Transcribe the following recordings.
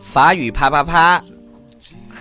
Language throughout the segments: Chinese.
法语啪啪啪。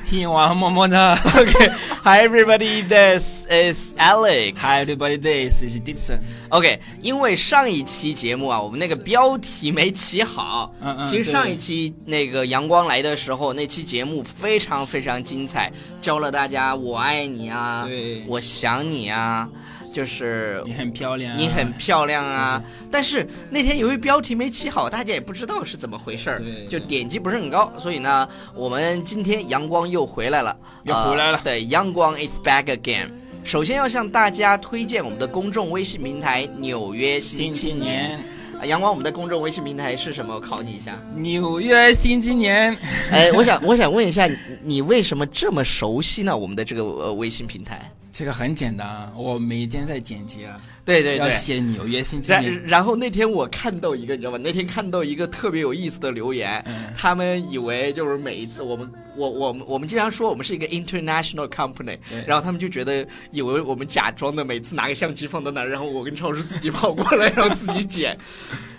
听完么么哒。 Okay, hi everybody, this is Alex. Hi everybody, this is Dixon. OK，因为上一期节目啊，我们那个标题没起好。嗯嗯其实对上一期那个阳光来的时候，那期节目非常非常精彩，教了大家我爱你啊，对我想你啊，就是你很漂亮啊，你很漂亮啊。但是那天由于标题没起好，大家也不知道是怎么回事儿对，就点击不是很高。所以呢，我们今天阳光又回来了，又回来了呃对，阳光 is back again。首先要向大家推荐我们的公众微信平台《纽约新新青青年，啊阳光，我们的公众微信平台是什么？我考你一下。纽约新青年，哎，我想我想问一下，你你为什么这么熟悉呢？我们的这个呃微信平台？这个很简单啊，我每天在剪辑啊，对对要对。写纽约新青年然，然后那天我看到一个，你知道吗？那天看到一个特别有意思的留言，嗯他们以为就是每一次我们我我们我们经常说我们是一个 international company，对然后他们就觉得以为我们假装的每次拿个相机放到那儿，然后我跟超叔自己跑过来，然后自 己剪。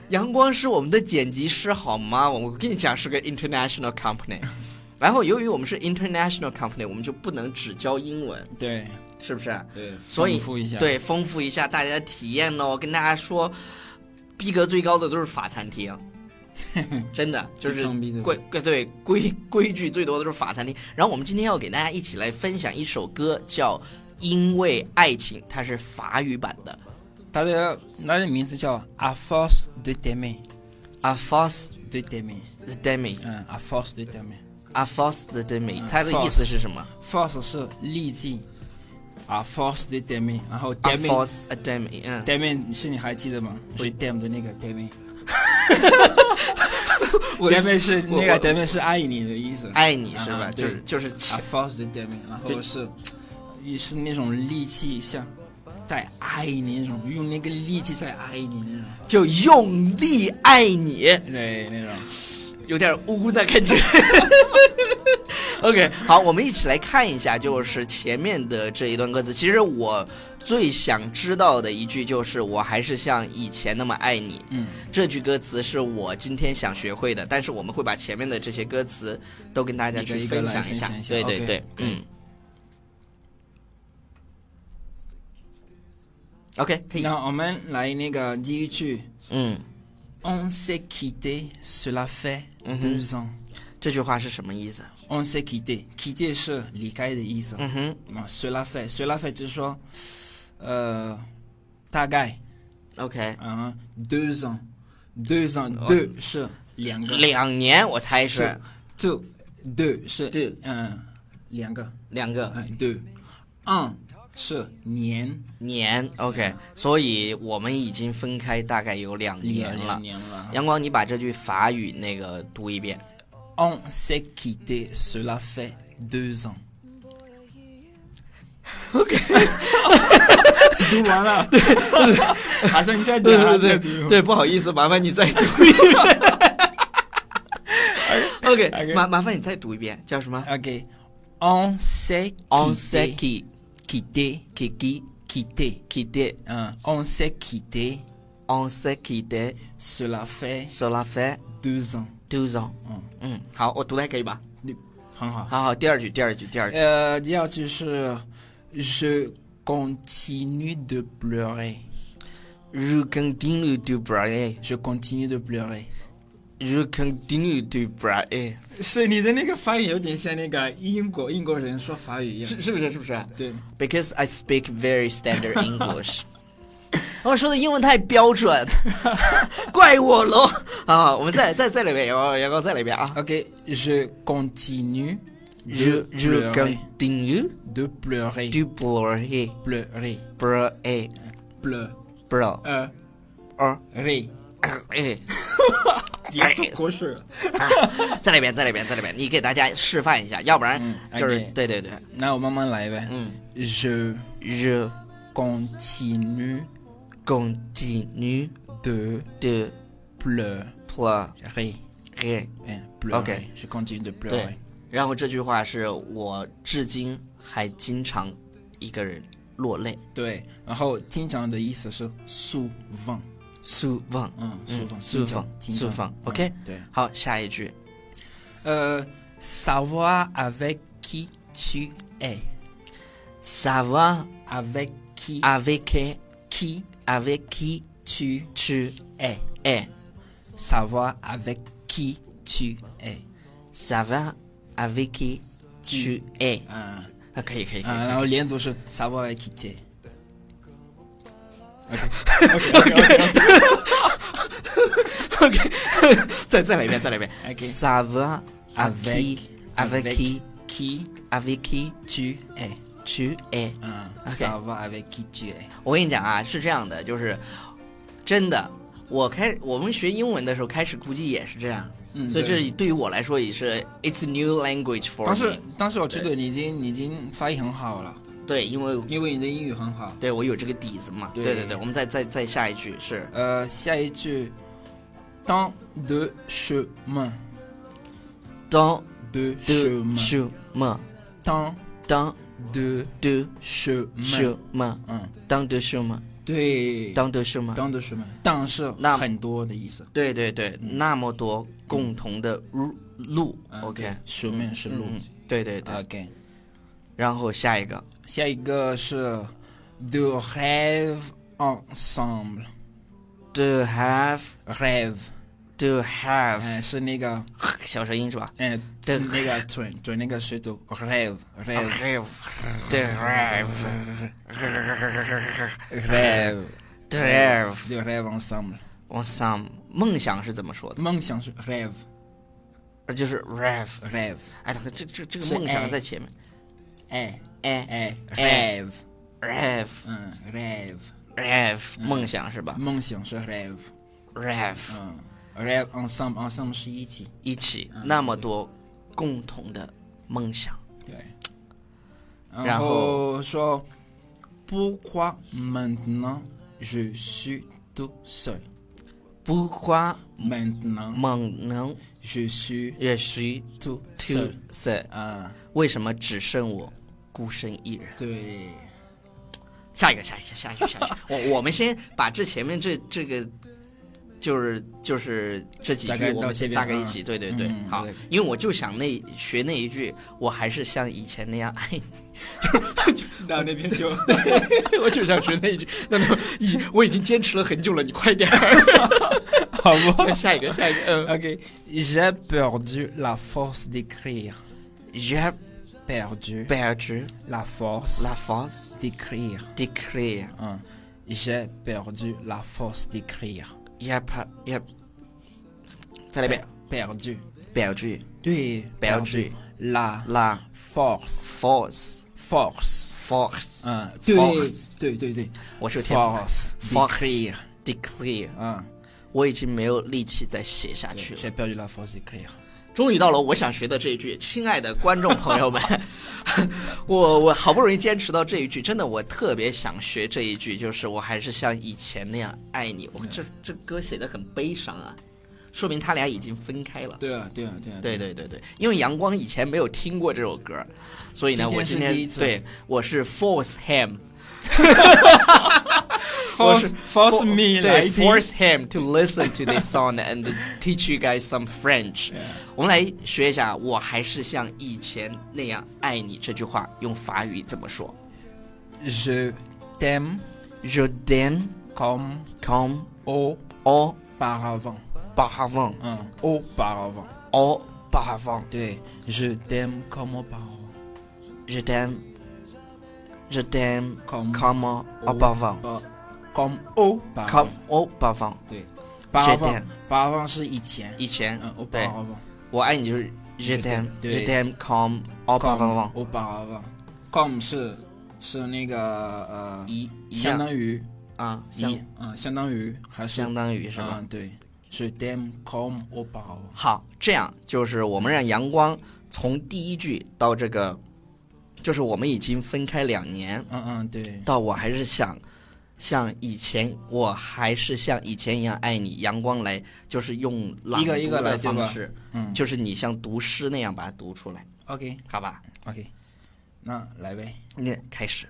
阳光是我们的剪辑师好吗？我跟你讲是个 international company，然后由于我们是 international company，我们就不能只教英文，对是不是？对，所以丰富一下，对，丰富一下大家的体验喽。跟大家说，逼格最高的都是法餐 厅，真的就是最装逼的规规对规规矩最多的都是法餐厅。然后我们今天要给大家一起来分享一首歌，叫《因为爱情》，它是法语版的他的他的名字叫 A Force de Demi 《A Force de Demi， the Demi》嗯，A Force de Demi。 ，《A Force the Demi》，嗯它的意 force 思是什么 Force 是力劲啊，Force 的 Demi，然后？A Demi Force a Demi，嗯， Demi 是你还记得吗？是 Dem 的那个 Demi。 我 Demi 是我那个 Demi 是爱你的意思。爱你是吧？啊就是对就是啊，Force 的 Demi，然后是也是那种力气像在爱你那种，用那个力气在爱你那种，就用力爱你。对那种。有点污的感觉。OK，好，我们一起来看一下，就是前面的这一段歌词。其实我最想知道的一句就是“我还是像以前那么爱你”。嗯，这句歌词是我今天想学会的，但是我们会把前面的这些歌词都跟大家去一个一个来享下。分享一下对对 OK，对可以嗯。OK，可以。那我们来那个第一句嗯， ，On s'est quitté cela fait deux ans。这句话是什么意思？ On s'est quitté，quitté 是离开的意思。嗯哼啊，cela fait，cela fait 就是说，呃，大概， ，OK，啊、deux ans，deux ans，deux、是两个，两年我猜是。这这 deux 是 Deux 嗯，两个，两个嗯，deux，un 是年，年，OK，所以我们已经分开大概有两年两了。年了。阳光，你把这句法语那个读一遍。 On s'est quitté，cela fait deux ans。OK，读完 了，还是你再读，还是再读对，不好意思，麻烦你再读一遍。OK， OK 麻麻烦你再读一遍，叫什么 OK，on s'est ？On s e quitté, k i quitté, kiki quitté. kide 嗯，on s'est quitté, on s e k i de cela fait cela fait deux ans。 deux ans。嗯，嗯，好，我读的还可以吧？很好。好好，第二句，第二句，第二句。呃，第二句是 Euh, je continue de pleurer, You continue to pray, je continue de pleurer。 you continue to pray，是你的那个发音有点像那个英国英国人说法语一样。是不是？是不是？对， Because I speak very standard English 。 我说的英文太标准， 怪我喽！啊，我们再再再来一遍，阳光阳光再来一遍啊 OK, je continue ！You de you pleurer, continue de pleurer, to play pleurer, play pleurer, bro哎，别吐口水了。再来一遍，再来一遍，再来一遍，你给大家示范一下，要不然就是，OK 对对对，那我慢慢来呗。嗯 hein. ，Je ，you continue continue de to pleurer. play。嗯，pleurer。 OK Je continue de 对 pleurer。，然后这句话是我至今还经常一个人落泪。对，然后经常的意思是 souvent。苏放，嗯，souvent，苏经放常，经苏常放嗯，OK，对。好，下一句呃，savoir avec qui tu es。 Ça va avec qui avec qui avec qui tu tu es es Eh, savoir avec qui tu es Ça va avec qui tu es 啊啊，可以可以可啊，以，然后连读是 savoir avec qui tu es。 再再来一遍，再来一遍。 OK Ça va avec Avec- avec qui qui avec qui tu es tu es 啊 OK ，savoir avec qui tu es。我跟你讲啊，是这样的，就是真的，我开我们学英文的时候开始估计也是这样，嗯所以对这对于我来说也是 it's a new language for 当时 me。当时我觉得你已经你已经发音很好了，对，因为因为你的英语很好。对我有这个底子嘛。对对对，我们再再再下一句是呃，下一句，dans de chemin，de dans do chemin，dans 什么 dans de do chemin，什么嗯， dans do 什么对 dans do 什么。 ，dans de chemin，但是那很多的意思。对对对，那么多共同的路路嗯，OK，对，chemin 是路。嗯，对对对， OK，然后下一个下一个是 de rêve ensemble，rêve to have to have，哎是那个小舌音是吧哎对那个准准那个水土 rêve 哎 rêve ？Have to have rêve to have de rêve ensemble，我想梦想是怎么说的？梦想是 rêve 呃就是 rev， rêve 哎，这个这这这个是梦想 A 在前面，哎哎哎哎 rêve rev 嗯 rêve rev 梦想是吧梦想是 rêve ？rev 嗯 rêve ensemble ensemble 是一起一起那么多共同的梦想，对，然然后后说 Euh, pourquoi maintenant je suis tout seul 不花 maintenant 猛能 je suis 也需 tout to seul Ah, say，啊为什么只剩我孤身一人？对下一个，下一个，下一个，下一 个。我我们先把这前面这这个，就是就是这几大句，概我到前们面大概一啊起，对对对，嗯好对，因为我就想那学那一句，我还是像以前那样哎爱你，到那边就 我就想学那一句，那种已我已经坚持了很久了，你快点， 好不好呃下一个，下一个，嗯 OK j'ai perdu la force d'écrire ，J'ai perdu perdu la Ah. force la force d'écrire d'écrire, 嗯 j'ai perdu la force d'écrire j'ai pas j'ai，再来一遍 perdu ，perdu 对 perdu la la force force force force 嗯，Hein, Force 对对对，我是天才 force Force d'écrire， declare，嗯，我已经没有力气再写下去了。 j'ai perdu la force d'écrire。终于到了我想学的这一句，亲爱的观众朋友们， 我我好不容易坚持到这一句，真的我特别想学这一句，就是我还是像以前那样爱你。我这这歌写的很悲伤啊，说明他俩已经分开了。对啊，对啊，对啊，对对对对，因为阳光以前没有听过这首歌，所以呢，今天我是今第一天次对我是 force him。我是，force force me 来对听。 ，force him to listen to this song and teach you guys some French。我们来学一下，我还是像以前那样爱你这句话用法语怎么说 Je t'aime ？Je t'aime comme comme auparavant, auparavant，嗯，auparavant， auparavant。对，je t'aime comme auparavant， Je t'aime, je t'aime Comme euh, comme auparavant, ，comme auparavant， comme auparavant。对 Je ，auparavant t'aime auparavant 是以前，以前嗯，对，Hein, ，auparavant 我爱你就是 Uh, Je Je t'aime， t'aime, je 对 t'aime comme auparavant。 auparavant，comme 是是那个呃，一一相样当于。啊，相一嗯，相当于还是相当于是吧？嗯对，是 damn com o b a 好，这样就是我们让阳光从第一句到这个，就是我们已经分开两年，嗯嗯对，到我还是想像以前，我还是像以前一样爱你。阳光来就是用朗一个一个读的来对吧方式，嗯就是你像读诗那样把它读出来， OK 好吧？ OK，那来呗。那开始。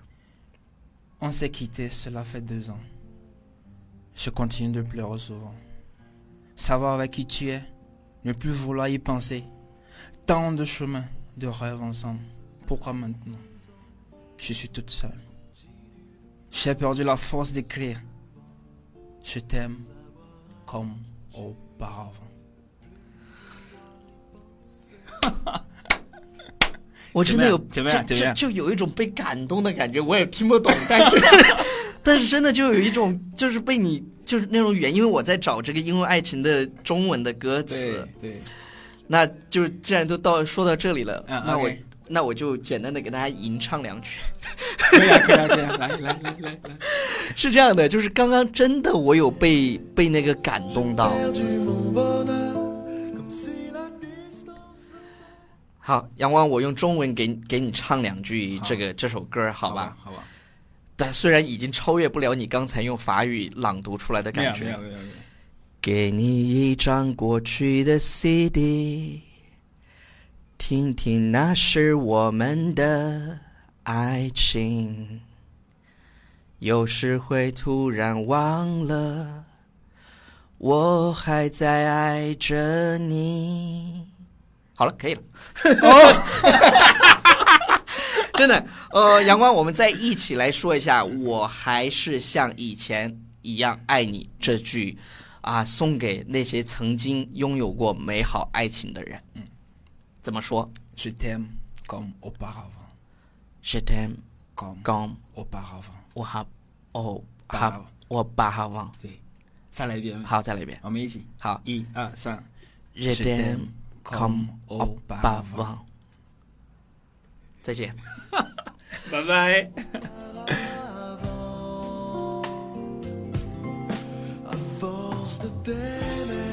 On s'est quitté, cela fait deux ans. Je continue de pleurer souvent. Savoir avec qui tu es, ne plus vouloir y penser. Tant de chemins de rêve ensemble. Pourquoi maintenant Je suis toute seule. J'ai perdu la force d'écrire. Je t'aime comme auparavant. 我真的有怎么样怎就么就样就有一种被感动的感觉，我也听不懂，但是但是真的就有一种就是被你就是那种语言，因为我在找这个《因为爱情》的中文的歌词，对，那就既然都到说到这里了，嗯那我 OK 那我就简单的给大家吟唱两句。可以啊，可以啊，可以啊，来来来来来，是这样的，就是刚刚真的我有被被那个感动到。好，阳光，我用中文给你给你唱两句这个这首歌，好吧？，好吧，但虽然已经超越不了你刚才用法语朗读出来的没有感没有觉。没有没有，给你一张过去的 CD，听听那是我们的爱情。有时会突然忘了，我还在爱着你。好了，可以了。 真的，呃，阳光，我们再一起来说一下，我还是像以前一样爱你这句啊，送给那些曾经拥有过美好爱情的人。嗯，怎么说 Je t'aime comme auparavant, ？Je t'aime comme comme auparavant。我哈哦巴哈我把哈忘。对，再来一遍，，好，再来一遍。我们一起，好一二三 Ah. ，Je t'aime comme 我把忘。再见。拜拜。 À force de t'aimer,